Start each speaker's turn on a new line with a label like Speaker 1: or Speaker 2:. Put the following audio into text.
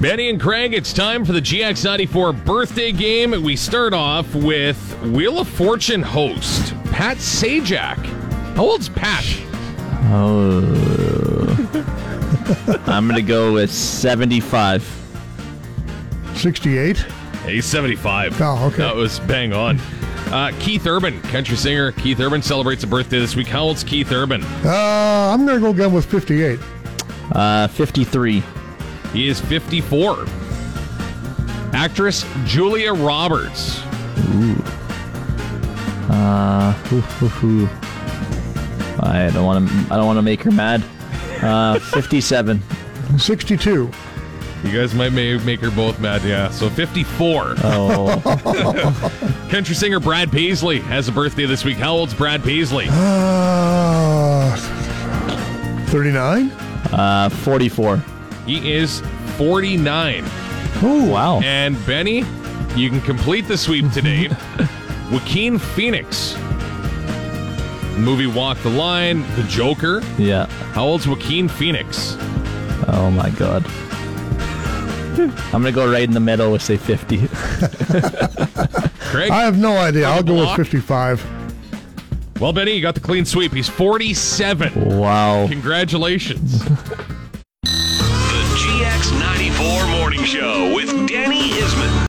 Speaker 1: Benny and Craig, it's time for the GX94 birthday game. We start off with Wheel of Fortune host, Pat Sajak. How old's Pat?
Speaker 2: I'm gonna go with 75.
Speaker 3: 68.
Speaker 1: He's 75.
Speaker 3: Oh, okay.
Speaker 1: That was bang on. Uh, Keith Urban, country singer Keith Urban, celebrates a birthday this week. How old's Keith Urban?
Speaker 3: Uh, I'm going to go again with 58.
Speaker 2: Uh, 53.
Speaker 1: He is 54. Actress Julia Roberts.
Speaker 2: Uh, hoo, hoo, hoo. I don't want to. I don't want to make her mad. Uh, 57.
Speaker 3: 62.
Speaker 1: You guys might may make her both mad, yeah. So 54.
Speaker 2: Oh,
Speaker 1: Country singer Brad Paisley has a birthday this week. How old's Brad Paisley?
Speaker 3: Uh, 39.
Speaker 2: uh, 44.
Speaker 1: He is 49.
Speaker 2: Oh wow.
Speaker 1: And Benny, you can complete the sweep today. Joaquin Phoenix. Movie Walk the Line, The Joker.
Speaker 2: Yeah.
Speaker 1: How old's Joaquin Phoenix?
Speaker 2: Oh my god. I'm gonna go right in the middle with say 50.
Speaker 1: Craig?
Speaker 3: I have no idea.
Speaker 1: On the
Speaker 3: I'll go with
Speaker 1: block?
Speaker 3: 55.
Speaker 1: Well, Benny, you got the clean sweep. He's 47.
Speaker 2: Wow.
Speaker 1: Congratulations.